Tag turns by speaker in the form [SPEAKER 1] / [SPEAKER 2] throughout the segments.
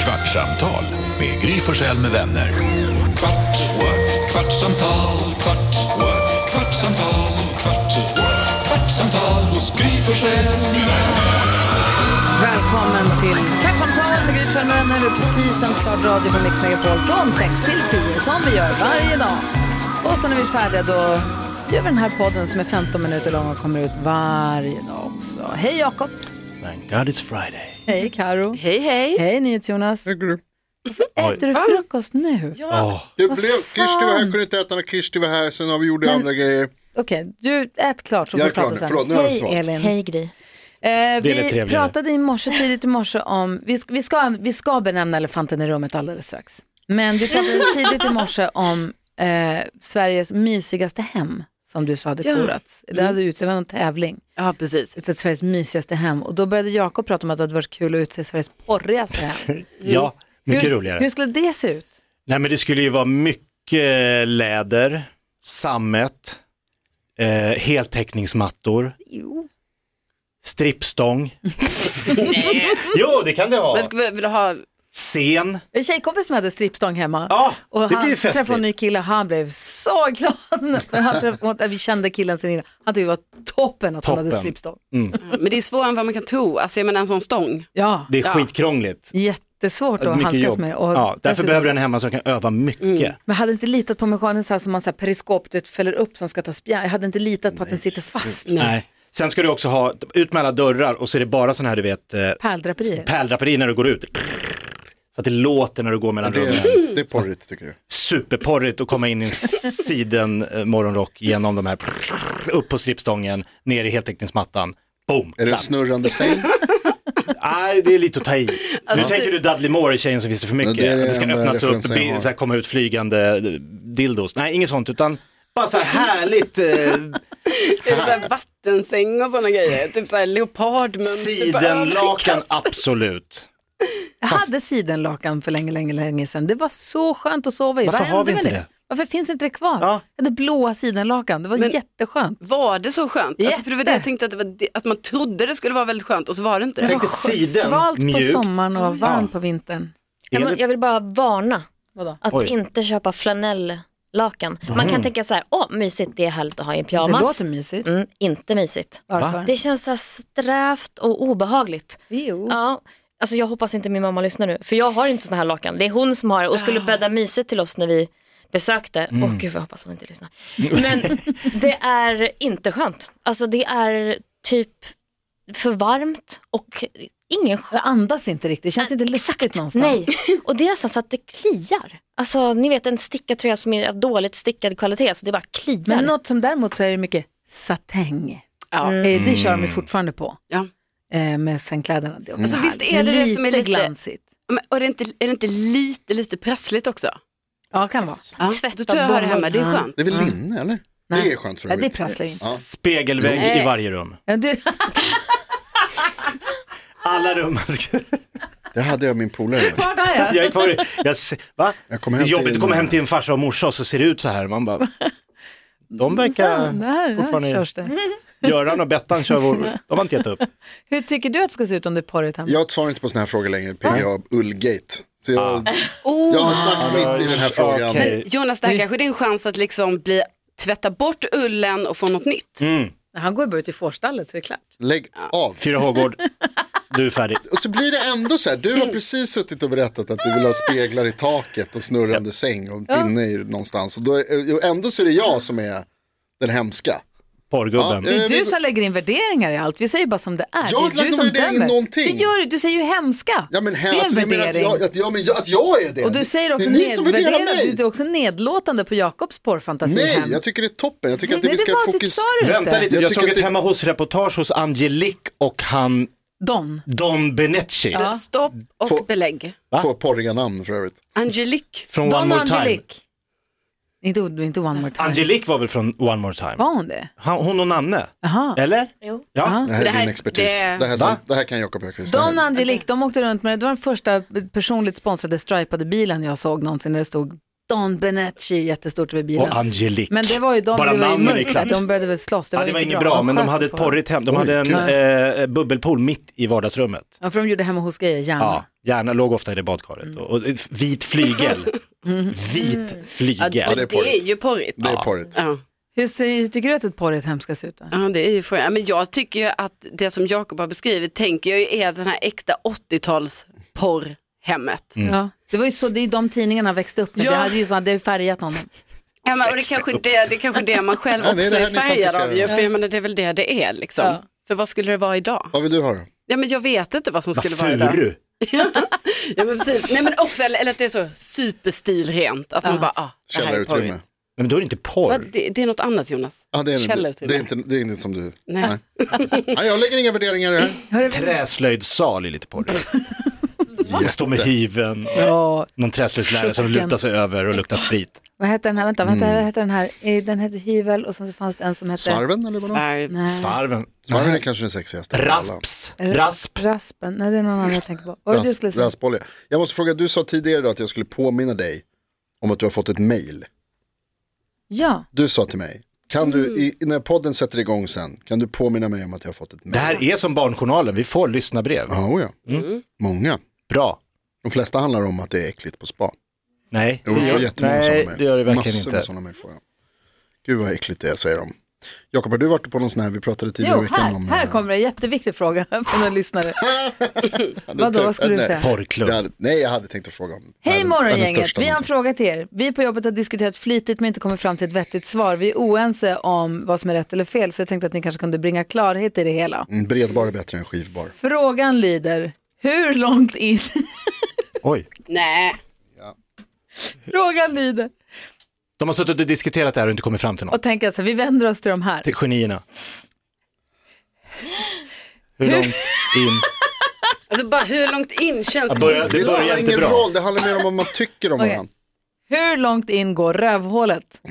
[SPEAKER 1] Kvartsamtal med Gry Forssell med vänner. Kvart, what? kvartsamtal, kvart, what? kvartsamtal, kvart, what? kvartsamtal hos Gry Forssell med vänner.
[SPEAKER 2] Välkommen till Kvartsamtal med Gry Forssell med vänner. Du har precis sänt klart radio på Mix Megapol från 6 till 10 som vi gör varje dag. Och så när vi är färdiga då gör vi den här podden som är 15 minuter lång och kommer ut varje dag också. Hej Jakob!
[SPEAKER 3] Thank God it's Friday.
[SPEAKER 2] Hej Karo.
[SPEAKER 4] Hej hej!
[SPEAKER 2] Hej NyhetsJonas! Varför äter du frukost nu?
[SPEAKER 3] Åh,
[SPEAKER 5] Det
[SPEAKER 2] Vad
[SPEAKER 5] blev, Kirsti var här,
[SPEAKER 2] fan?
[SPEAKER 5] kunde inte äta när Kirsti var här, sen har vi gjorde andra grejer.
[SPEAKER 2] Okej, du ät klart så får
[SPEAKER 5] Jag
[SPEAKER 2] vi
[SPEAKER 5] är klar
[SPEAKER 2] prata
[SPEAKER 5] nu.
[SPEAKER 2] sen.
[SPEAKER 5] Förlåt, nu har jag
[SPEAKER 2] Hej
[SPEAKER 5] svarat.
[SPEAKER 2] Elin!
[SPEAKER 4] Hej Gry.
[SPEAKER 2] Eh,
[SPEAKER 3] Det är lite
[SPEAKER 2] vi
[SPEAKER 3] trevligare.
[SPEAKER 2] pratade i morse, tidigt i morse om, vi, sk- vi, ska, vi ska benämna elefanten i rummet alldeles strax. Men vi pratade tidigt i morse om eh, Sveriges mysigaste hem som du sa hade korats.
[SPEAKER 3] Mm.
[SPEAKER 2] Det hade utsett, det var en tävling,
[SPEAKER 4] Ja precis.
[SPEAKER 2] utsett Sveriges mysigaste hem. Och då började Jakob prata om att det hade varit kul att utse Sveriges porrigaste hem.
[SPEAKER 3] Ja, mycket
[SPEAKER 2] hur,
[SPEAKER 3] roligare.
[SPEAKER 2] Hur skulle det se ut?
[SPEAKER 3] Nej men det skulle ju vara mycket läder, sammet, eh, heltäckningsmattor,
[SPEAKER 2] Jo.
[SPEAKER 3] strippstång. jo, det kan det ha.
[SPEAKER 4] Men ska vi, vill du ha,
[SPEAKER 3] Scen.
[SPEAKER 2] En tjejkompis som hade strippstång hemma.
[SPEAKER 3] Ja,
[SPEAKER 2] Och
[SPEAKER 3] det
[SPEAKER 2] han
[SPEAKER 3] blir ju
[SPEAKER 2] träffade en
[SPEAKER 3] festligt.
[SPEAKER 2] ny kille, han blev så glad. För han träffade, vi kände killen sen innan. Han tyckte det var toppen att han hade
[SPEAKER 3] Toppen.
[SPEAKER 2] strippstång.
[SPEAKER 4] men det är svårare än vad man kan tro. Alltså jag menar en sån stång.
[SPEAKER 2] Ja,
[SPEAKER 3] Det är skitkrångligt.
[SPEAKER 2] jättesvårt att handskas med. Och
[SPEAKER 3] ja, därför
[SPEAKER 2] dessutom- Mm.
[SPEAKER 3] behöver den hemma som kan öva mycket.
[SPEAKER 2] Men jag hade inte litat på mekanen så här som man så här periskop, du vet, fäller upp som ska ta spjärn. Jag hade inte litat på att den sitter fast.
[SPEAKER 3] Nej. Sen ska du också ha, ut med alla dörrar och så är det bara sådana här du vet, eh,
[SPEAKER 2] Pärldraperier.
[SPEAKER 3] pärldraperier när du går ut. Så att det låter när du går mellan
[SPEAKER 5] Det,
[SPEAKER 3] rummen.
[SPEAKER 5] är- Mm. det är porrigt tycker jag.
[SPEAKER 3] superporrigt att komma in i en siden eh, morgonrock genom de här, upp på strippstången, ner i heltäckningsmattan, boom,
[SPEAKER 5] Är det en
[SPEAKER 3] klack.
[SPEAKER 5] snurrande säng?
[SPEAKER 3] Nej, det är lite att ta i. nu
[SPEAKER 4] Alltså,
[SPEAKER 3] tänker du Dudley Moore i Tjejen som finns det för mycket,
[SPEAKER 5] Men det är
[SPEAKER 3] att det ska
[SPEAKER 5] den där
[SPEAKER 3] öppnas upp,
[SPEAKER 5] referensen jag
[SPEAKER 3] bli,
[SPEAKER 5] har.
[SPEAKER 3] så här, komma ut flygande eh, dildos. Nej, inget sånt, utan bara så här härligt eh,
[SPEAKER 4] Är det så här vattensäng och sådana grejer? Typ så här leopardmönster på
[SPEAKER 3] sidenlakan,
[SPEAKER 4] överkastet.
[SPEAKER 3] absolut.
[SPEAKER 2] Jag hade sidenlakan för länge, länge, länge sedan. Det var så skönt att sova i.
[SPEAKER 3] Varför
[SPEAKER 2] Vad
[SPEAKER 3] har
[SPEAKER 2] hände
[SPEAKER 3] vi
[SPEAKER 2] med
[SPEAKER 3] inte
[SPEAKER 2] det?
[SPEAKER 3] det?
[SPEAKER 2] Varför finns inte det kvar?
[SPEAKER 3] Ja.
[SPEAKER 2] Jag hade blåa sidenlakan, det var
[SPEAKER 4] Men-
[SPEAKER 2] jätteskönt.
[SPEAKER 4] Var det så skönt? Alltså, för det var det
[SPEAKER 2] Jätte.
[SPEAKER 4] jag tänkte att, det var det, att man trodde det skulle vara väldigt skönt och så var det inte
[SPEAKER 2] Det
[SPEAKER 4] det.
[SPEAKER 3] Tänk
[SPEAKER 2] var
[SPEAKER 3] dig siden,
[SPEAKER 2] svalt
[SPEAKER 3] mjukt.
[SPEAKER 2] på sommaren och varmt
[SPEAKER 3] Ja.
[SPEAKER 2] på vintern.
[SPEAKER 6] Nej, men
[SPEAKER 3] Är det-
[SPEAKER 6] jag vill bara varna
[SPEAKER 2] Vadå?
[SPEAKER 6] att
[SPEAKER 3] Oj.
[SPEAKER 6] inte köpa flanelllakan. Man kan tänka så här, åh mysigt det är härligt att ha i en
[SPEAKER 2] Det
[SPEAKER 6] pyjamas.
[SPEAKER 2] låter mysigt.
[SPEAKER 6] Mm, inte mysigt.
[SPEAKER 2] Varför?
[SPEAKER 6] Det känns så här strävt och obehagligt.
[SPEAKER 2] Jo.
[SPEAKER 6] Ja, alltså jag hoppas inte min mamma lyssnar nu, för jag har inte såna här lakan. Det är hon som har det och
[SPEAKER 2] Ah.
[SPEAKER 6] skulle bädda mysigt till oss när vi besökte. Åh
[SPEAKER 3] Mm.
[SPEAKER 6] gud, jag hoppas hon inte lyssnar. Men det är inte skönt. Alltså det är typ för varmt och ingen
[SPEAKER 2] Det andas inte riktigt, det känns inte luftigt någonstans.
[SPEAKER 6] Nej, och det är nästan så att det kliar. Alltså ni vet en stickad tröja som är av dåligt stickad kvalitet så det bara kliar.
[SPEAKER 2] Men något som däremot så är det mycket satäng.
[SPEAKER 4] Ja.
[SPEAKER 2] Eh, Det kör de
[SPEAKER 5] Mm.
[SPEAKER 2] ju fortfarande på
[SPEAKER 4] Ja.
[SPEAKER 2] eh, med sängkläderna. Det är också
[SPEAKER 4] Alltså,
[SPEAKER 2] härligt.
[SPEAKER 4] visst är det det som är lite-
[SPEAKER 2] glansigt?
[SPEAKER 4] Men, och är det, inte, är det inte lite, lite pressligt också?
[SPEAKER 2] Ja, kan vara.
[SPEAKER 4] Ja.
[SPEAKER 6] Tvätta
[SPEAKER 4] Då tror jag jag har det hemma, det är
[SPEAKER 2] bommen.
[SPEAKER 4] skönt.
[SPEAKER 5] Det är väl linne eller?
[SPEAKER 2] Nej.
[SPEAKER 5] Det är skönt för
[SPEAKER 2] Ja, det
[SPEAKER 5] övrigt.
[SPEAKER 2] prasslar in.
[SPEAKER 5] Ja.
[SPEAKER 3] Spegelvägg i varje rum.
[SPEAKER 2] Ja, Du,
[SPEAKER 3] Alla rum.
[SPEAKER 5] Det hade jag min polare med.
[SPEAKER 3] jag är kvar i, jag, se- va?
[SPEAKER 5] Jag
[SPEAKER 3] Det
[SPEAKER 5] kommer
[SPEAKER 3] är
[SPEAKER 5] hem
[SPEAKER 3] jobbigt
[SPEAKER 5] till-
[SPEAKER 3] att komma hem till en farsa och morsa och så ser det ut så här. Man bara,
[SPEAKER 5] Mm,
[SPEAKER 3] de verkar
[SPEAKER 2] så, där, där
[SPEAKER 3] fortfarande...
[SPEAKER 2] körs det.
[SPEAKER 3] Göran och Bettan kör vår... De har inte gett upp.
[SPEAKER 2] Hur tycker du att det ska se ut om det är porrigt hemma?
[SPEAKER 5] Jag svarar inte på sådana här frågor längre, PGA Ullgate. Så jag,
[SPEAKER 2] Ah.
[SPEAKER 4] Oh.
[SPEAKER 5] jag har sagt mitt i den här frågan.
[SPEAKER 3] Okej.
[SPEAKER 4] Jonas, där kanske det är en chans att liksom bli, tvätta bort ullen och få något nytt.
[SPEAKER 5] Mm.
[SPEAKER 2] Han går ju bara ut i fårstallet så är det klart.
[SPEAKER 5] Lägg av.
[SPEAKER 3] Fyra Hågård, du är färdig.
[SPEAKER 5] Och så blir det ändå så här, du har precis suttit och berättat att du vill ha speglar i taket och snurrande säng och en pinne i någonstans. Och då är, ändå så är det jag som är den hemska.
[SPEAKER 3] Porrgubben.
[SPEAKER 2] Det är
[SPEAKER 5] Eh, vi-
[SPEAKER 2] du som lägger in värderingar i allt, vi säger bara som det är.
[SPEAKER 5] Jag har inte
[SPEAKER 2] det är
[SPEAKER 5] lagt
[SPEAKER 2] du
[SPEAKER 5] någon värdering i
[SPEAKER 2] dömer.
[SPEAKER 5] någonting.
[SPEAKER 2] Det gör du, du säger ju hemska.
[SPEAKER 5] Ja men här,
[SPEAKER 2] det är en
[SPEAKER 5] alltså, ni menar
[SPEAKER 2] värdering.
[SPEAKER 5] att jag, att, ja, men jag, att jag är det.
[SPEAKER 2] Och du säger också,
[SPEAKER 5] det är ni som värderar
[SPEAKER 2] nedvärderande,
[SPEAKER 5] mig.
[SPEAKER 2] du är också nedlåtande på Jakobs porrfantasi
[SPEAKER 5] Nej,
[SPEAKER 2] hem.
[SPEAKER 5] jag tycker det är toppen. Jag tycker att det,
[SPEAKER 2] Nej,
[SPEAKER 5] vi
[SPEAKER 2] det
[SPEAKER 5] ska
[SPEAKER 2] var det sa
[SPEAKER 5] fokusera.
[SPEAKER 2] du
[SPEAKER 3] Vänta
[SPEAKER 2] inte.
[SPEAKER 3] lite, jag
[SPEAKER 5] Jag tycker
[SPEAKER 3] såg ett
[SPEAKER 5] att det-
[SPEAKER 3] hemma hos-reportage hos Angelique och han
[SPEAKER 2] Don.
[SPEAKER 3] Don Benetti
[SPEAKER 4] Stopp och
[SPEAKER 5] Få-
[SPEAKER 4] belägg.
[SPEAKER 5] Två porriga namn för övrigt.
[SPEAKER 4] Angelique.
[SPEAKER 3] från One
[SPEAKER 2] Don
[SPEAKER 3] More
[SPEAKER 2] och
[SPEAKER 3] Time.
[SPEAKER 2] Angelique. Inte, inte One More Time.
[SPEAKER 3] Angelique var väl från One More Time?
[SPEAKER 2] Var hon det?
[SPEAKER 3] Han, hon och Nanne,
[SPEAKER 2] Jaha.
[SPEAKER 3] eller?
[SPEAKER 6] Jo.
[SPEAKER 3] Ja.
[SPEAKER 5] Det här
[SPEAKER 4] Det
[SPEAKER 5] är
[SPEAKER 4] här-
[SPEAKER 5] din expertis.
[SPEAKER 4] det-
[SPEAKER 5] Det, här, som, det här kan Jakob Högqvist. Det här-
[SPEAKER 2] Don och Angelique, de åkte runt med det. Det var den första personligt sponsrade stripade bilen jag såg någonsin när det stod Don Benetti, jättestort över bilen.
[SPEAKER 3] Och Angelique.
[SPEAKER 2] Men det var ju de,
[SPEAKER 3] Bara
[SPEAKER 2] det var ju
[SPEAKER 3] namnen är
[SPEAKER 2] mörkt där,
[SPEAKER 3] klart.
[SPEAKER 2] de började väl slåss. Det var,
[SPEAKER 3] ja, det
[SPEAKER 2] ju
[SPEAKER 3] var
[SPEAKER 2] inte
[SPEAKER 3] inget bra, men de
[SPEAKER 2] sköt
[SPEAKER 3] hade ett
[SPEAKER 2] på
[SPEAKER 3] porrigt hem. De hade en eh, bubbelpool mitt i vardagsrummet.
[SPEAKER 2] dem. Ja, för de gjorde hemma hos grejer, gärna.
[SPEAKER 5] Mm.
[SPEAKER 3] Ja, gärna låg ofta i det badkaret. Och, och vit flygel. Vit flygel.
[SPEAKER 4] Ja,
[SPEAKER 5] Mm. det är
[SPEAKER 4] det är
[SPEAKER 5] porrigt.
[SPEAKER 4] ju porrigt.
[SPEAKER 5] Det är porrigt.
[SPEAKER 4] Ja.
[SPEAKER 2] Hur, ser, hur tycker du att ett porrigt hem ska se ut? Då?
[SPEAKER 4] Ja, det är ju frågan. Ja, Men jag tycker ju att det som Jakob har beskrivit tänker jag ju är den här äkta 80-tals porrhemmet.
[SPEAKER 5] Mm.
[SPEAKER 3] Mm.
[SPEAKER 2] Ja. Det var ju så, det är ju de tidningarna växte upp med,
[SPEAKER 4] Ja.
[SPEAKER 2] det hade ju så, det har ju färgat honom.
[SPEAKER 4] Ja, men, och det, kanske är det, det är kanske är det man själv
[SPEAKER 5] Ja, det är
[SPEAKER 4] också
[SPEAKER 5] det
[SPEAKER 4] är,
[SPEAKER 5] här ni
[SPEAKER 4] färgad
[SPEAKER 5] fantiserar
[SPEAKER 4] av ju,
[SPEAKER 5] om.
[SPEAKER 4] för jag menar, det är väl det det är liksom.
[SPEAKER 2] Ja.
[SPEAKER 4] För vad skulle det vara idag?
[SPEAKER 5] Vad vill du höra?
[SPEAKER 4] Ja, men jag vet inte vad som
[SPEAKER 3] Vad
[SPEAKER 4] skulle vara idag.
[SPEAKER 3] furu.
[SPEAKER 4] Ja, men precis. Nej, men också, eller, eller att det är så superstilrent, att man bara, ah, det här är
[SPEAKER 5] Källarutrymme.
[SPEAKER 4] porrigt.
[SPEAKER 3] Men då är det inte porr.
[SPEAKER 4] Va, det, det är något annat Jonas.
[SPEAKER 5] Ja, det, är, det,
[SPEAKER 4] Källarutrymme.
[SPEAKER 5] det, är inte, det är inte som du.
[SPEAKER 4] Nej.
[SPEAKER 5] Ja, jag lägger inga värderingar i det här.
[SPEAKER 3] Träslöjdssal är lite porr. Man står med
[SPEAKER 5] Jätte.
[SPEAKER 3] hyven och
[SPEAKER 2] Ja.
[SPEAKER 3] någon träslöjdslärare som
[SPEAKER 2] Chocken.
[SPEAKER 3] lutar sig över och luktar sprit.
[SPEAKER 2] Vad hette den här, vänta,
[SPEAKER 3] Mm.
[SPEAKER 2] vad hette- hette den här, Eh, den hette Hyvel och sen så fanns det en som hette
[SPEAKER 5] Svarven eller vad det var?
[SPEAKER 4] Svär-
[SPEAKER 2] Nej.
[SPEAKER 3] Svarven.
[SPEAKER 5] Svarven är kanske den sexigaste. av alla.
[SPEAKER 3] Rasps. Rasp.
[SPEAKER 2] Raspen, nej det är någon annan jag tänker på. Vad var det du
[SPEAKER 5] Rasp,
[SPEAKER 2] skulle säga?
[SPEAKER 5] raspolja. Jag måste fråga, du sa tidigare idag att jag skulle påminna dig om att du har fått ett mail.
[SPEAKER 2] Ja,
[SPEAKER 5] Du sa till mig, kan du,
[SPEAKER 2] Mm.
[SPEAKER 5] i, när podden sätter igång sen, kan du påminna mig om att jag har fått ett mail?
[SPEAKER 3] Det här är som Barnjournalen, vi får lyssna brev.
[SPEAKER 5] Ja, oh ja.
[SPEAKER 3] Mm.
[SPEAKER 5] Många.
[SPEAKER 3] Bra.
[SPEAKER 5] De flesta handlar om att det är äckligt på spa.
[SPEAKER 3] Nej,
[SPEAKER 5] Jo, jag får jättemånga sådana
[SPEAKER 3] Nej
[SPEAKER 5] mejl.
[SPEAKER 3] det gör det verkligen
[SPEAKER 5] Massor med
[SPEAKER 3] inte.
[SPEAKER 5] sådana mejl får jag. Gud vad äckligt det är, säger de. Jakob, har du varit på någon sån här, vi pratade tidigare i
[SPEAKER 2] jo
[SPEAKER 5] veckan
[SPEAKER 2] här,
[SPEAKER 5] om...
[SPEAKER 2] här
[SPEAKER 5] eh,
[SPEAKER 2] kommer en jätteviktig fråga från en lyssnare.
[SPEAKER 5] ja, du
[SPEAKER 2] Vadå,
[SPEAKER 5] tar-
[SPEAKER 2] vad skulle du
[SPEAKER 5] nej.
[SPEAKER 2] säga?
[SPEAKER 5] Jag
[SPEAKER 3] Porrklubb.
[SPEAKER 5] hade, nej, jag hade tänkt att fråga om...
[SPEAKER 2] Hej
[SPEAKER 5] världens- världens
[SPEAKER 2] morgongänget,
[SPEAKER 5] största
[SPEAKER 2] vi har en
[SPEAKER 5] någonting.
[SPEAKER 2] fråga till er. Vi på jobbet har diskuterat flitigt men inte kommit fram till ett vettigt svar. Vi är oense om vad som är rätt eller fel så jag tänkte att ni kanske kunde bringa klarhet i det hela.
[SPEAKER 5] Mm, Bredbar är bättre än skivbar.
[SPEAKER 2] Frågan lyder, hur långt in...
[SPEAKER 3] Oj.
[SPEAKER 4] Nej.
[SPEAKER 2] Frågan lyder...
[SPEAKER 3] De har suttit och diskuterat det här och inte kommit fram till något.
[SPEAKER 2] Och tänk alltså, vi vänder oss till de här.
[SPEAKER 3] Till genierna. Hur långt in?
[SPEAKER 4] Alltså bara hur långt in känns
[SPEAKER 3] Jag börjar-
[SPEAKER 4] det?
[SPEAKER 5] Det
[SPEAKER 3] Det
[SPEAKER 5] spelar
[SPEAKER 3] börjar inte
[SPEAKER 5] ingen
[SPEAKER 3] bra.
[SPEAKER 5] roll, det handlar mer om vad man tycker om
[SPEAKER 2] Okej.
[SPEAKER 5] varandra.
[SPEAKER 2] Hur långt in går rövhålet?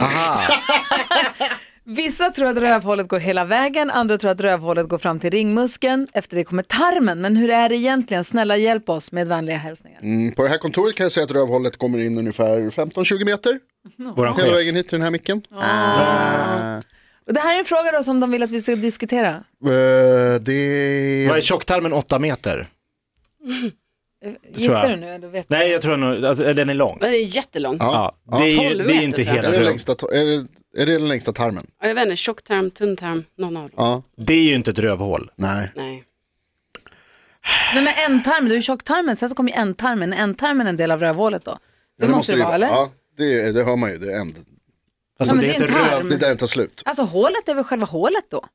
[SPEAKER 2] Vissa tror att rövhålet går hela vägen, andra tror att rövhålet går fram till ringmuskeln. Efter det kommer tarmen, men hur är det egentligen? Snälla hjälp oss med vänliga hälsningar.
[SPEAKER 5] Mm, på det här kontoret kan jag säga att rövhållet kommer in ungefär 15-20 meter.
[SPEAKER 3] Våran
[SPEAKER 5] Hela
[SPEAKER 3] chef.
[SPEAKER 5] vägen hit till den här micken.
[SPEAKER 2] Ah. Och det här är en fråga då som de vill att vi ska diskutera.
[SPEAKER 5] Eh, det...
[SPEAKER 3] Var är tjocktarmen åtta meter?
[SPEAKER 2] Gissar
[SPEAKER 3] jag.
[SPEAKER 2] du nu? Eller vet du?
[SPEAKER 3] Nej, jag tror nog, alltså, den är lång.
[SPEAKER 4] Det är jättelångt. Ja.
[SPEAKER 3] Ja, det är, ju,
[SPEAKER 4] 12
[SPEAKER 3] det är
[SPEAKER 4] meter,
[SPEAKER 3] inte
[SPEAKER 4] tror jag.
[SPEAKER 5] Är
[SPEAKER 3] hela
[SPEAKER 5] det,
[SPEAKER 3] röv.
[SPEAKER 5] längsta, ta- är, det, är det den längsta tarmen?
[SPEAKER 4] Jag vet inte, tjocktarm, tunntarm, någon av dem.
[SPEAKER 5] Ja,
[SPEAKER 3] Det är ju inte ett rövhål.
[SPEAKER 5] nej.
[SPEAKER 4] Nej.
[SPEAKER 2] Nej men ändtarmen, du är tjocktarmen, sen så kommer ju ändtarmen. Är ändtarmen en del av rövhålet då? Det
[SPEAKER 5] Ja,
[SPEAKER 2] måste det
[SPEAKER 5] ju
[SPEAKER 2] vara, eller?
[SPEAKER 5] Ja, det, är- det hör man ju. Det är, en,
[SPEAKER 3] Alltså
[SPEAKER 2] men
[SPEAKER 3] det
[SPEAKER 2] det är
[SPEAKER 3] heter
[SPEAKER 2] en tarm.
[SPEAKER 3] röv...
[SPEAKER 5] det är där den tar slut.
[SPEAKER 2] Alltså hålet är väl själva hålet då?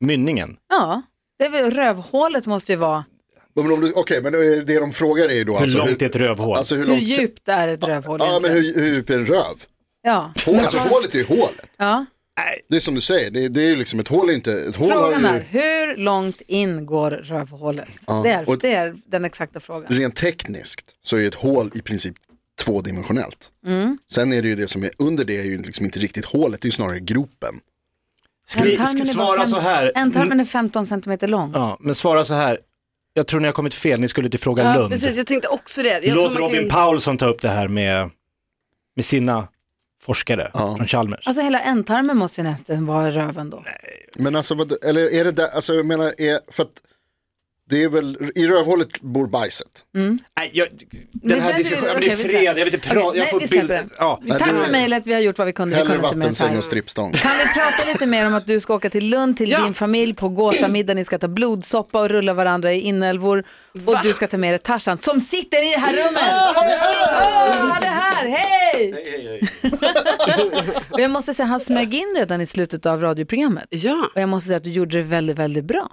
[SPEAKER 3] Mynningen.
[SPEAKER 2] Ja, det är väl, rövhålet måste ju vara...
[SPEAKER 5] Men om du- Okej, men eh, det de frågar är ju då
[SPEAKER 3] Hur
[SPEAKER 5] alltså...
[SPEAKER 3] långt är ett rövhål?
[SPEAKER 5] Alltså hur
[SPEAKER 2] Hur
[SPEAKER 5] långt...
[SPEAKER 2] djupt är ett rövhål
[SPEAKER 5] Ja, men
[SPEAKER 2] egentligen?
[SPEAKER 5] hur, hur djup är en röv?
[SPEAKER 2] Ja,
[SPEAKER 5] Hål, alltså hålet är ju hålet.
[SPEAKER 2] ja.
[SPEAKER 5] Det är som du säger, det, det är ju liksom ett hål är inte... Ett hål har
[SPEAKER 2] Frågan är,
[SPEAKER 5] ju...
[SPEAKER 2] hur långt in går rövhålet? det, är,
[SPEAKER 5] och-
[SPEAKER 2] det är den exakta frågan.
[SPEAKER 5] Rent tekniskt så är ju ett hål i princip tvådimensionellt. Sen är det ju det som är under det är ju liksom inte riktigt hålet, det är ju snarare gropen.
[SPEAKER 3] Skri,
[SPEAKER 2] Ändtarmen
[SPEAKER 3] sk-
[SPEAKER 2] är
[SPEAKER 3] svara
[SPEAKER 2] bara
[SPEAKER 3] så
[SPEAKER 2] fem-
[SPEAKER 3] här. Mm,
[SPEAKER 2] Ändtarmen är 15 centimeter lång.
[SPEAKER 3] Ja, men svara så här. Jag tror ni har kommit fel, ni skulle till Fråga
[SPEAKER 4] Ja,
[SPEAKER 3] Lund.
[SPEAKER 4] precis, jag tänkte också det. Jag
[SPEAKER 3] Låt
[SPEAKER 4] tror man
[SPEAKER 3] Robin Paulsson ta upp det här med, med sina forskare från Chalmers.
[SPEAKER 2] Alltså hela ändtarmen måste ju nästan vara röven då.
[SPEAKER 5] Men alltså, vad, eller är det där, alltså jag menar, är, för att det är väl, i rövhålet bor bajset.
[SPEAKER 3] Nej, jag, den
[SPEAKER 2] Men
[SPEAKER 3] här
[SPEAKER 2] den-
[SPEAKER 3] diskussionen, men det
[SPEAKER 2] okej,
[SPEAKER 3] är
[SPEAKER 2] vi
[SPEAKER 3] fredag, jag
[SPEAKER 2] släpper.
[SPEAKER 3] vill inte prata,
[SPEAKER 2] Okej,
[SPEAKER 3] jag
[SPEAKER 2] nej,
[SPEAKER 3] får
[SPEAKER 2] vi
[SPEAKER 3] bild.
[SPEAKER 2] släpper den.
[SPEAKER 3] Ja.
[SPEAKER 2] Tack
[SPEAKER 5] det-
[SPEAKER 2] för mejlet, vi har gjort vad vi kunde. Vi
[SPEAKER 5] Hellre
[SPEAKER 2] kunde inte mer än så
[SPEAKER 5] vattensäng
[SPEAKER 2] här.
[SPEAKER 5] och strippstång.
[SPEAKER 2] Kan vi prata lite mer om att du ska åka till Lund till
[SPEAKER 4] Ja.
[SPEAKER 2] din familj på gåsamiddag, ni ska ta blodsoppa och rulla varandra i inälvor och du ska ta med dig Tarzan som sitter i det här rummet. Åh, han är här, hej! och jag måste säga, han smög in redan i slutet av radioprogrammet
[SPEAKER 4] Ja.
[SPEAKER 2] och jag måste säga att du gjorde det väldigt, väldigt bra.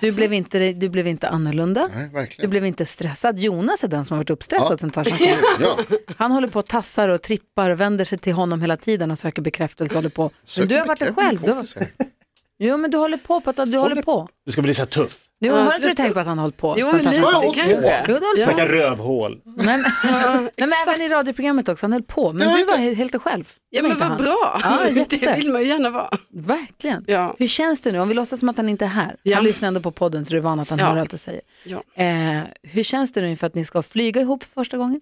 [SPEAKER 2] Du blev inte, du blev inte annorlunda.
[SPEAKER 5] Nej,
[SPEAKER 2] Du
[SPEAKER 5] verkligen.
[SPEAKER 2] blev inte stressad. Jonas är den som har varit uppstressad
[SPEAKER 5] Ja.
[SPEAKER 2] sen Tarzan kom ut.
[SPEAKER 5] Ja,
[SPEAKER 2] Han håller på och tassar och trippar och vänder sig till honom hela tiden och söker bekräftelse. Håller på. Men du har varit där själv. Du har... Jo, men du håller på. På att du håller på.
[SPEAKER 3] Du ska bli så här tuff.
[SPEAKER 2] Jo,
[SPEAKER 4] Ja,
[SPEAKER 2] har inte
[SPEAKER 4] sluta.
[SPEAKER 2] du tänkt på att han har hållit på?
[SPEAKER 4] Jo,
[SPEAKER 2] så
[SPEAKER 4] men
[SPEAKER 2] att han-
[SPEAKER 4] lite
[SPEAKER 5] Ja, och-
[SPEAKER 4] kanske.
[SPEAKER 2] Jo, det höll på.
[SPEAKER 3] Snacka rövhål.
[SPEAKER 2] Nej, men, nej, men även i radioprogrammet också, han höll på. Men
[SPEAKER 5] Ja,
[SPEAKER 2] du
[SPEAKER 5] inte-
[SPEAKER 2] var he- helt och själv. Det var
[SPEAKER 4] Ja men
[SPEAKER 2] inte
[SPEAKER 4] vad
[SPEAKER 2] han.
[SPEAKER 4] bra,
[SPEAKER 2] Ja,
[SPEAKER 4] det
[SPEAKER 2] jätte.
[SPEAKER 4] vill man ju gärna vara.
[SPEAKER 2] Verkligen.
[SPEAKER 4] Ja.
[SPEAKER 2] Hur känns det nu? Om vi låtsas som att han inte är här.
[SPEAKER 4] Ja.
[SPEAKER 2] Han lyssnar ändå på podden så du är van att han
[SPEAKER 4] Ja.
[SPEAKER 2] hör allt du säger.
[SPEAKER 4] Ja.
[SPEAKER 2] Eh, hur känns det nu inför att ni ska flyga ihop för första gången?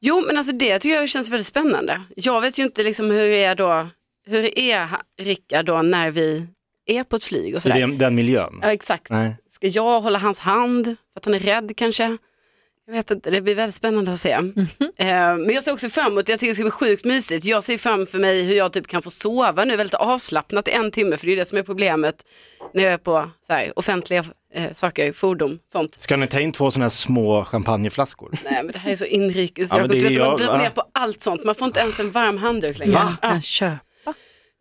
[SPEAKER 4] Jo men alltså det tycker jag känns väldigt spännande. Jag vet ju inte liksom hur är då, hur är ha- Rickard då när vi är på ett flyg och
[SPEAKER 3] I
[SPEAKER 4] sådär.
[SPEAKER 3] den, den miljön.
[SPEAKER 4] Ja exakt.
[SPEAKER 3] Nej.
[SPEAKER 4] Ska jag hålla hans hand för att han är rädd kanske? Jag vet inte, det blir väldigt spännande att se. Eh, men jag ser också fram emot, jag tycker det ska bli sjukt mysigt. Jag ser framför mig hur jag typ kan få sova nu väldigt avslappnat i en timme, för det är det som är problemet när jag är på så här, offentliga eh, saker, fordon, sånt.
[SPEAKER 3] Ska ni ta in två sådana här små champagneflaskor?
[SPEAKER 4] Nej men det här är så inrikes,
[SPEAKER 3] Ja, men
[SPEAKER 4] ja, jag, du
[SPEAKER 3] det är
[SPEAKER 4] vet, man
[SPEAKER 3] jag,
[SPEAKER 4] har dragit
[SPEAKER 3] va?
[SPEAKER 4] ner på allt sånt, man får inte ens en varm handduk längre.
[SPEAKER 3] Va?
[SPEAKER 4] Ja,
[SPEAKER 2] Kan köpa?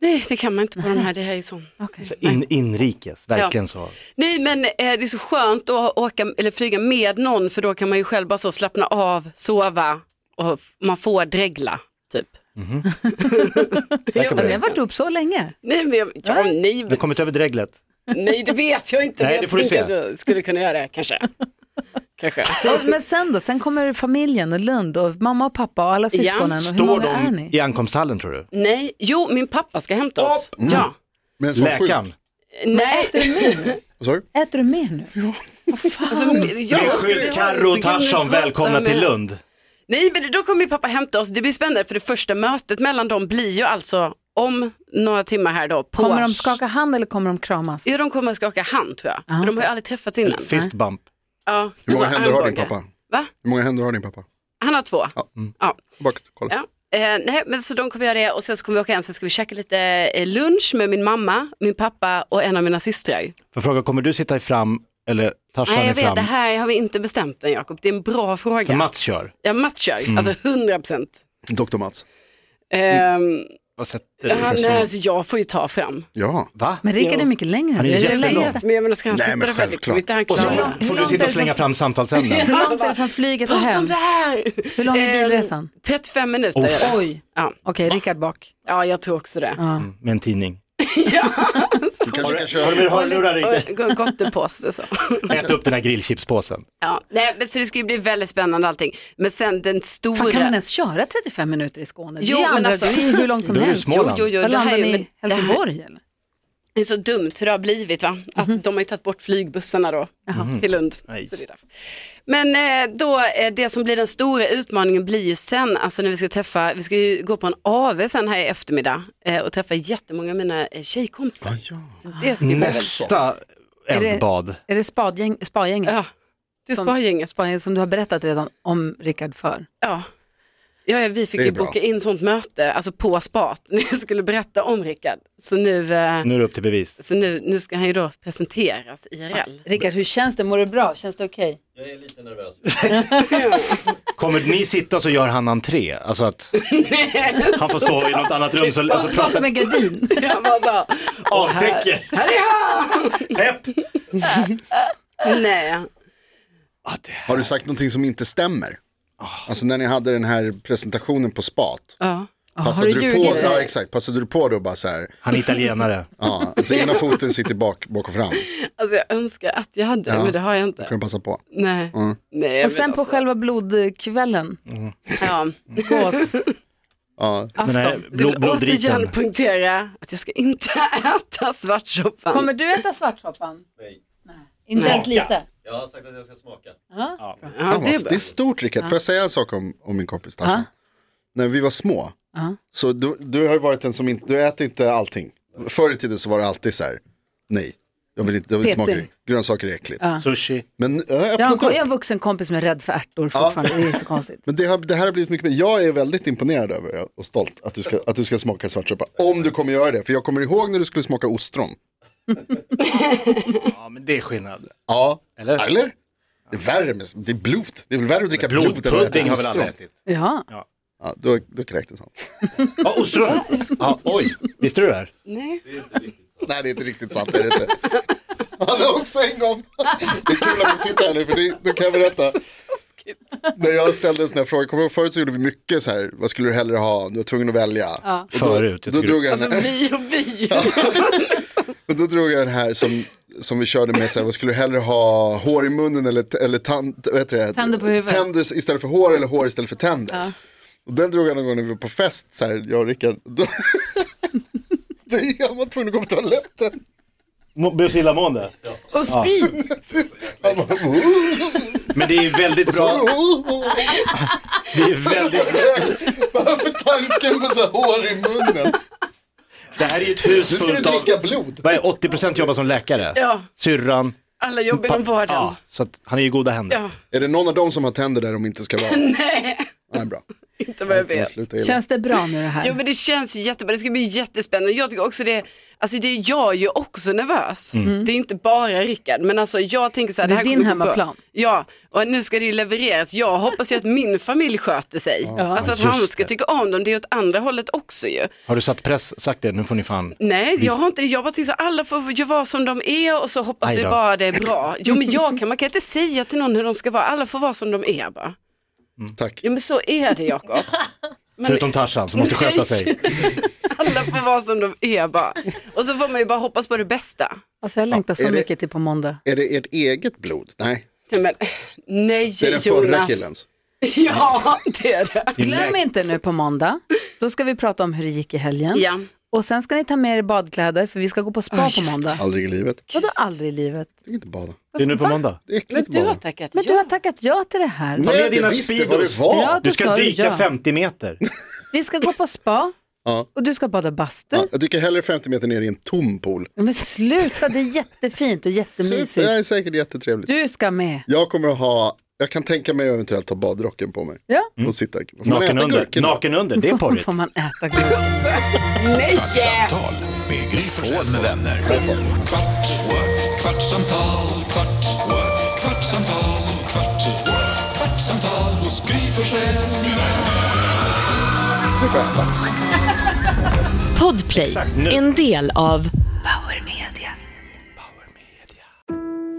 [SPEAKER 4] nej det kan man inte på de här, det här är sånt.
[SPEAKER 2] Okej.
[SPEAKER 3] In, inrikes, verkligen så.
[SPEAKER 4] Nej men eh, det är så skönt att åka, eller flyga med någon för då kan man ju själv bara så slappna av, sova och f- man får dregla. Typ.
[SPEAKER 3] Verkar
[SPEAKER 2] Men
[SPEAKER 3] bra.
[SPEAKER 2] ni har varit upp så länge.
[SPEAKER 4] Nej, men jag, ja, nej,
[SPEAKER 3] Du
[SPEAKER 4] men,
[SPEAKER 3] har kommit över dreglet.
[SPEAKER 4] nej det vet jag inte. men
[SPEAKER 3] Nej,
[SPEAKER 4] jag
[SPEAKER 3] det får du
[SPEAKER 4] tänkte
[SPEAKER 3] se.
[SPEAKER 4] att jag skulle kunna göra det kanske. kanske.
[SPEAKER 2] Och, men sen då? Sen kommer familjen och Lund och mamma och pappa och alla
[SPEAKER 4] Ja.
[SPEAKER 2] syskonen. och hur
[SPEAKER 3] Står
[SPEAKER 2] många är
[SPEAKER 3] de
[SPEAKER 2] ni?
[SPEAKER 3] i ankomsthallen tror du?
[SPEAKER 4] Nej, jo min pappa ska hämta oss.
[SPEAKER 3] Mm.
[SPEAKER 4] Ja.
[SPEAKER 5] Men som
[SPEAKER 3] Läkaren?
[SPEAKER 4] Nej,
[SPEAKER 5] Vad sa du?
[SPEAKER 2] Äter du mer nu?
[SPEAKER 4] alltså, jag,
[SPEAKER 3] Med skylt, Carro och Tarzan, välkomna till Lund.
[SPEAKER 4] Nej, men då kommer ju pappa hämta oss. Det blir spännande för det första mötet mellan dem blir ju alltså om några timmar här då. På...
[SPEAKER 2] Kommer de skaka hand eller kommer de kramas?
[SPEAKER 4] Ja, de kommer att skaka hand tror jag. För de har ju aldrig träffats innan.
[SPEAKER 3] Fist bump.
[SPEAKER 4] Ja,
[SPEAKER 5] Hur många
[SPEAKER 4] så
[SPEAKER 5] händer har din
[SPEAKER 4] armbåge.
[SPEAKER 5] pappa?
[SPEAKER 4] Va?
[SPEAKER 5] Hur många händer har din pappa?
[SPEAKER 4] Han har två. Ja.
[SPEAKER 5] Ja. Mm. Bak, kolla.
[SPEAKER 4] Ja. Eh, nej, men så de kommer göra det och sen så kommer vi åka hem. Sen ska vi käka lite eh, lunch med min mamma, min pappa och en av mina systrar.
[SPEAKER 3] För fråga, kommer du sitta i fram eller Tarzan
[SPEAKER 4] Nej,
[SPEAKER 3] i
[SPEAKER 4] jag vet,
[SPEAKER 3] fram?
[SPEAKER 4] det här har vi inte bestämt än Jakob. Det är en bra
[SPEAKER 3] För
[SPEAKER 4] fråga.
[SPEAKER 3] Mats kör.
[SPEAKER 4] Ja, Mats kör,
[SPEAKER 5] Mm.
[SPEAKER 4] alltså 100 procent. Ehm,
[SPEAKER 5] Doktor Mats.
[SPEAKER 3] Vad sätter du?
[SPEAKER 4] alltså, jag får ju ta fram.
[SPEAKER 5] Ja.
[SPEAKER 3] Va?
[SPEAKER 2] Men Rickard
[SPEAKER 4] Jo.
[SPEAKER 2] är mycket längre.
[SPEAKER 3] Han är
[SPEAKER 2] Det det
[SPEAKER 3] jättelång.
[SPEAKER 2] längsta.
[SPEAKER 4] Men jag menar, ska han
[SPEAKER 5] Nej,
[SPEAKER 4] sitta
[SPEAKER 5] men
[SPEAKER 4] där väldigt
[SPEAKER 5] självklart.
[SPEAKER 4] lite? Han
[SPEAKER 5] Och så-
[SPEAKER 4] klarar det.
[SPEAKER 2] Hur
[SPEAKER 3] Får du
[SPEAKER 2] långt
[SPEAKER 3] sitta
[SPEAKER 2] är
[SPEAKER 3] och
[SPEAKER 2] det
[SPEAKER 3] slänga fram samtalsämnen?
[SPEAKER 2] Hur långt är det från flyget och
[SPEAKER 4] Prata
[SPEAKER 2] hem?
[SPEAKER 4] om det här!
[SPEAKER 2] Hur lång är
[SPEAKER 4] Eh,
[SPEAKER 2] bilresan?
[SPEAKER 4] 35 minuter är det.
[SPEAKER 2] Oj,
[SPEAKER 4] Ja.
[SPEAKER 2] okej, Rickard bak.
[SPEAKER 4] ja, jag tror också det.
[SPEAKER 3] Med en tidning.
[SPEAKER 5] Du kanske kan
[SPEAKER 3] Har du
[SPEAKER 5] köra.
[SPEAKER 3] med hörlurar Rickard?
[SPEAKER 4] Och en gottepåse så.
[SPEAKER 3] Ät upp den här grillchipspåsen.
[SPEAKER 4] Ja, nej, men så det ska ju bli väldigt spännande allting. Men sen den stora...
[SPEAKER 2] Fan, kan man ens köra 35 minuter i Skåne?
[SPEAKER 4] Jo,
[SPEAKER 2] det är
[SPEAKER 4] men
[SPEAKER 2] andra,
[SPEAKER 4] alltså-
[SPEAKER 2] det är hur långt som
[SPEAKER 3] Då är det
[SPEAKER 2] helst.
[SPEAKER 3] små. Småland.
[SPEAKER 4] Jo, jo, jo,
[SPEAKER 2] Eller
[SPEAKER 4] det här
[SPEAKER 2] landar
[SPEAKER 4] är
[SPEAKER 2] ni
[SPEAKER 4] ju, men
[SPEAKER 2] i
[SPEAKER 4] det här
[SPEAKER 2] Helsingborg eller?
[SPEAKER 4] är så dumt hur det har blivit va? Att
[SPEAKER 2] Mhm.
[SPEAKER 4] de har ju tagit bort flygbussarna då till Lund.
[SPEAKER 3] Mhm. Nej.
[SPEAKER 4] Så det är därför. Men eh, då, eh, det som blir den stora utmaningen blir ju sen, alltså när vi ska träffa, vi ska ju gå på en AV sen här i eftermiddag eh, och träffa jättemånga av mina eh, tjejkompisar.
[SPEAKER 5] Ah, ja.
[SPEAKER 4] Så det ska ju bli väldigt...
[SPEAKER 3] Nästa
[SPEAKER 2] det-
[SPEAKER 3] eldbad.
[SPEAKER 2] Är det spadgäng, spagänget?
[SPEAKER 4] Ja, det är
[SPEAKER 2] Som-
[SPEAKER 4] spargänget.
[SPEAKER 2] Spagänget som du har berättat redan om Rickard för.
[SPEAKER 4] Ja. Ja, ja, vi fick
[SPEAKER 5] Det är
[SPEAKER 4] ju
[SPEAKER 5] bra.
[SPEAKER 4] boka in sånt möte, alltså på spat, när jag skulle berätta om Rickard. Så nu, eh,
[SPEAKER 3] Nu är det upp till bevis.
[SPEAKER 4] så nu, nu ska han ju då presenteras IRL.
[SPEAKER 2] Rickard, hur känns det? Mår du bra? Känns det okej?
[SPEAKER 3] Kommer ni sitta så gör han entré? Alltså att han får stå i något annat rum så, och så
[SPEAKER 2] Prata
[SPEAKER 3] pratar
[SPEAKER 2] med gardin.
[SPEAKER 4] Jag bara så,
[SPEAKER 3] avtäcke. Här är han! Pepp!
[SPEAKER 4] nej.
[SPEAKER 3] Ah, det-
[SPEAKER 5] Har du sagt någonting som inte stämmer? Alltså när ni hade den här presentationen på spat.
[SPEAKER 4] Ja.
[SPEAKER 5] Passade
[SPEAKER 2] har du
[SPEAKER 5] du, på,
[SPEAKER 2] ljugit?
[SPEAKER 5] ja, exakt, passade du på då bara så här,
[SPEAKER 3] Han är italienare.
[SPEAKER 5] ja, alltså ena foten sitter bak, bak och fram,
[SPEAKER 4] Alltså jag önskar att jag hade det,
[SPEAKER 5] Ja.
[SPEAKER 4] men det har jag inte.
[SPEAKER 5] kan du passa på.
[SPEAKER 4] Nej. nej
[SPEAKER 2] Och
[SPEAKER 4] men
[SPEAKER 2] sen på
[SPEAKER 4] alltså,
[SPEAKER 2] själva blodkvällen,
[SPEAKER 4] Ja.
[SPEAKER 2] gås,
[SPEAKER 5] Ja,
[SPEAKER 3] Den här
[SPEAKER 2] afton.
[SPEAKER 3] blod,
[SPEAKER 4] Jag vill återigen
[SPEAKER 3] bloddriten.
[SPEAKER 4] poängtera att jag ska inte äta svartsoppan.
[SPEAKER 2] Kommer du äta svartsoppan? Nej. Inte ens lite?
[SPEAKER 4] ja,
[SPEAKER 5] fan
[SPEAKER 4] det
[SPEAKER 5] vad,
[SPEAKER 4] är
[SPEAKER 5] det,
[SPEAKER 4] bra.
[SPEAKER 5] är stort Rickard, får jag säga en sak om, om min kompis Tarzan? När vi var små, så du, du har ju varit den som inte, du äter inte allting. Förr i tiden så var det alltid så här, nej, jag vill inte, jag vill
[SPEAKER 2] Petig.
[SPEAKER 5] smaka, grönsaker är äckligt.
[SPEAKER 3] Sushi.
[SPEAKER 5] Men jag har
[SPEAKER 2] Jag
[SPEAKER 5] öppnat
[SPEAKER 2] har jag har
[SPEAKER 5] upp.
[SPEAKER 2] en vuxen kompis som är rädd för ärtor fortfarande, det är så konstigt.
[SPEAKER 5] Men det, har, det här har blivit mycket mer. Jag är väldigt imponerad över och stolt att du ska, att du ska smaka svartsoppa. Om du kommer göra det. För jag kommer ihåg när du skulle smaka ostron.
[SPEAKER 3] Ja, men det är skillnad.
[SPEAKER 5] Ja,
[SPEAKER 3] Eller?
[SPEAKER 5] eller? Det är värre med, det är blod. Det är väl värre att dricka blod, än att
[SPEAKER 3] Blodpudding
[SPEAKER 5] äta
[SPEAKER 3] har väl
[SPEAKER 5] ostron.
[SPEAKER 3] alla ätit?
[SPEAKER 2] Ja.
[SPEAKER 5] Ja, då, då kräktes han.
[SPEAKER 3] Ja, ostron. Ja, oj. Visste du det här?
[SPEAKER 4] Nej.
[SPEAKER 5] Nej, det är inte riktigt sant. Det är det inte. Han har också en gång. Det är kul att vi sitter här nu, för det, då kan jag berätta. När jag ställde en sån här fråga, kommer du ihåg förut så gjorde vi mycket så här, vad skulle du hellre ha? Du var tvungen att välja. Och då,
[SPEAKER 3] Förut, jag
[SPEAKER 5] Då
[SPEAKER 3] tycker-
[SPEAKER 5] drog jag den
[SPEAKER 4] Alltså
[SPEAKER 5] här-
[SPEAKER 4] vi och vi.
[SPEAKER 5] Men då drog jag den här som, som vi körde med, så här, vad skulle du hellre ha hår i munnen eller, t- eller tand, vad heter det?
[SPEAKER 2] Tänder på huvudet.
[SPEAKER 5] tänder istället för hår eller hår istället för tänder. Och den drog jag någon gång när vi var på fest, så här, jag och Rickard. Då, då jag var tvungen att gå på toaletten.
[SPEAKER 3] Blir så illamående?
[SPEAKER 2] Och spy.
[SPEAKER 5] Han bara, "Oh,
[SPEAKER 3] Men det är ju väldigt
[SPEAKER 5] oh,
[SPEAKER 3] bra,
[SPEAKER 5] oh, oh."
[SPEAKER 3] det är väldigt,
[SPEAKER 5] Varför tanken på så här hår i munnen?
[SPEAKER 3] det här är ju ett hus
[SPEAKER 5] Nu ska du
[SPEAKER 3] fullt av,
[SPEAKER 5] dricka blod.
[SPEAKER 3] vad är 80% jobbar som läkare?
[SPEAKER 4] Ja.
[SPEAKER 3] Syrran,
[SPEAKER 4] Alla jobb inom vården.
[SPEAKER 3] ja, så att han är i goda händer.
[SPEAKER 4] Ja.
[SPEAKER 5] Är det någon av dem som har tänder där de inte ska vara?
[SPEAKER 4] Nej,
[SPEAKER 5] Nej, bra.
[SPEAKER 4] inte vad jag vet.
[SPEAKER 5] Sluta illa.
[SPEAKER 2] Känns det bra nu det här?
[SPEAKER 4] Jo men det känns ju jättebra, det ska bli jättespännande. Jag tycker också det, alltså det gör ju också nervös.
[SPEAKER 3] Mm.
[SPEAKER 4] Det är inte bara Rickard, men alltså jag tänker så här.
[SPEAKER 2] Det är
[SPEAKER 4] här
[SPEAKER 2] din
[SPEAKER 4] kommer gå bra.
[SPEAKER 2] hemmaplan.
[SPEAKER 4] Ja, och nu ska det ju levereras. Jag hoppas ju att min familj sköter sig. Alltså att
[SPEAKER 3] Ja, just
[SPEAKER 4] han ska
[SPEAKER 3] det.
[SPEAKER 4] tycka om dem, det är ju åt andra hållet också ju.
[SPEAKER 3] Har du satt press, sagt det, nu får ni fan,
[SPEAKER 4] Nej, jag har inte det. Jag bara tänker så här, alla får ju vara som de är och så hoppas
[SPEAKER 3] Aj
[SPEAKER 4] vi
[SPEAKER 3] då.
[SPEAKER 4] bara det är bra. Jo men jag kan, man kan inte säga till någon hur de ska vara, alla får vara som de är bara.
[SPEAKER 5] Tack.
[SPEAKER 4] Jo men så är det Jakob.
[SPEAKER 3] förutom Tarzan som måste sköta sig.
[SPEAKER 4] Alla får vara som de är bara. Och så får man ju bara hoppas på det bästa.
[SPEAKER 2] Alltså jag längtar så
[SPEAKER 5] Är det-
[SPEAKER 2] mycket till på måndag.
[SPEAKER 5] Är det ert eget blod? Nej,
[SPEAKER 4] Nej, men, nej
[SPEAKER 5] det är den
[SPEAKER 4] Jonas.
[SPEAKER 5] förra killens.
[SPEAKER 4] Ja, det är det.
[SPEAKER 3] Din
[SPEAKER 2] Glöm
[SPEAKER 3] läk-
[SPEAKER 2] inte nu på måndag, då ska vi prata om hur det gick i helgen.
[SPEAKER 4] Ja.
[SPEAKER 2] Och sen ska ni ta med er badkläder för vi ska gå på spa
[SPEAKER 4] Ja,
[SPEAKER 2] på
[SPEAKER 4] just
[SPEAKER 2] måndag.
[SPEAKER 5] Aldrig i livet. Jag
[SPEAKER 2] Vadå aldrig i livet?
[SPEAKER 5] tänker inte bada.
[SPEAKER 3] Det är nu på måndag.
[SPEAKER 5] Det är äckligt
[SPEAKER 4] Du har
[SPEAKER 5] bara.
[SPEAKER 4] tackat
[SPEAKER 2] Men
[SPEAKER 4] ja.
[SPEAKER 2] du har tackat ja till det här.
[SPEAKER 5] Nej, jag
[SPEAKER 3] dina
[SPEAKER 5] inte visste vad det
[SPEAKER 3] Speedos.
[SPEAKER 5] var.
[SPEAKER 2] Ja,
[SPEAKER 5] Ja.
[SPEAKER 2] du sa
[SPEAKER 3] Du ska
[SPEAKER 2] ju ja.
[SPEAKER 3] dyka 50 meter.
[SPEAKER 2] Vi ska gå på spa
[SPEAKER 5] Ja.
[SPEAKER 2] och du ska bada bastu.
[SPEAKER 5] jag dyker hellre 50 meter ner i en tom pool.
[SPEAKER 2] Men sluta, det är jättefint och
[SPEAKER 5] Super,
[SPEAKER 2] jättemysigt.
[SPEAKER 5] det är säkert jättetrevligt.
[SPEAKER 2] Du ska med.
[SPEAKER 5] Jag kommer att ha, jag kan tänka mig att eventuellt ha badrocken på mig.
[SPEAKER 2] Ja.
[SPEAKER 5] Och sitta, får man
[SPEAKER 3] Mm. Naken
[SPEAKER 5] äta
[SPEAKER 3] under,
[SPEAKER 5] gurkorna?
[SPEAKER 3] naken under, det är
[SPEAKER 2] Får,
[SPEAKER 3] porrigt.
[SPEAKER 2] får man äta godis?
[SPEAKER 1] Kvartsamtal med Gry Forssell med vänner. Kvart, what? kvartsamtal, kvart, what? kvartsamtal, kvart, what? kvartsamtal hos Gry Forssell med vänner.
[SPEAKER 5] Det får jag äta.
[SPEAKER 7] Podplay,
[SPEAKER 3] Exakt, nu.
[SPEAKER 7] en del av
[SPEAKER 8] Power Media.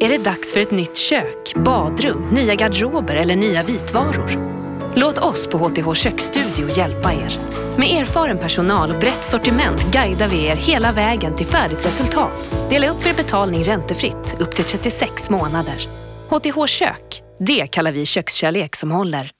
[SPEAKER 8] Är det dags för ett nytt kök, badrum, nya garderober eller nya vitvaror? Låt oss på HTH Köksstudio hjälpa er. Med erfaren personal och brett sortiment guidar vi er hela vägen till färdigt resultat. Dela upp er betalning räntefritt upp till 36 månader. HTH Kök, det kallar vi kökskärlek som håller.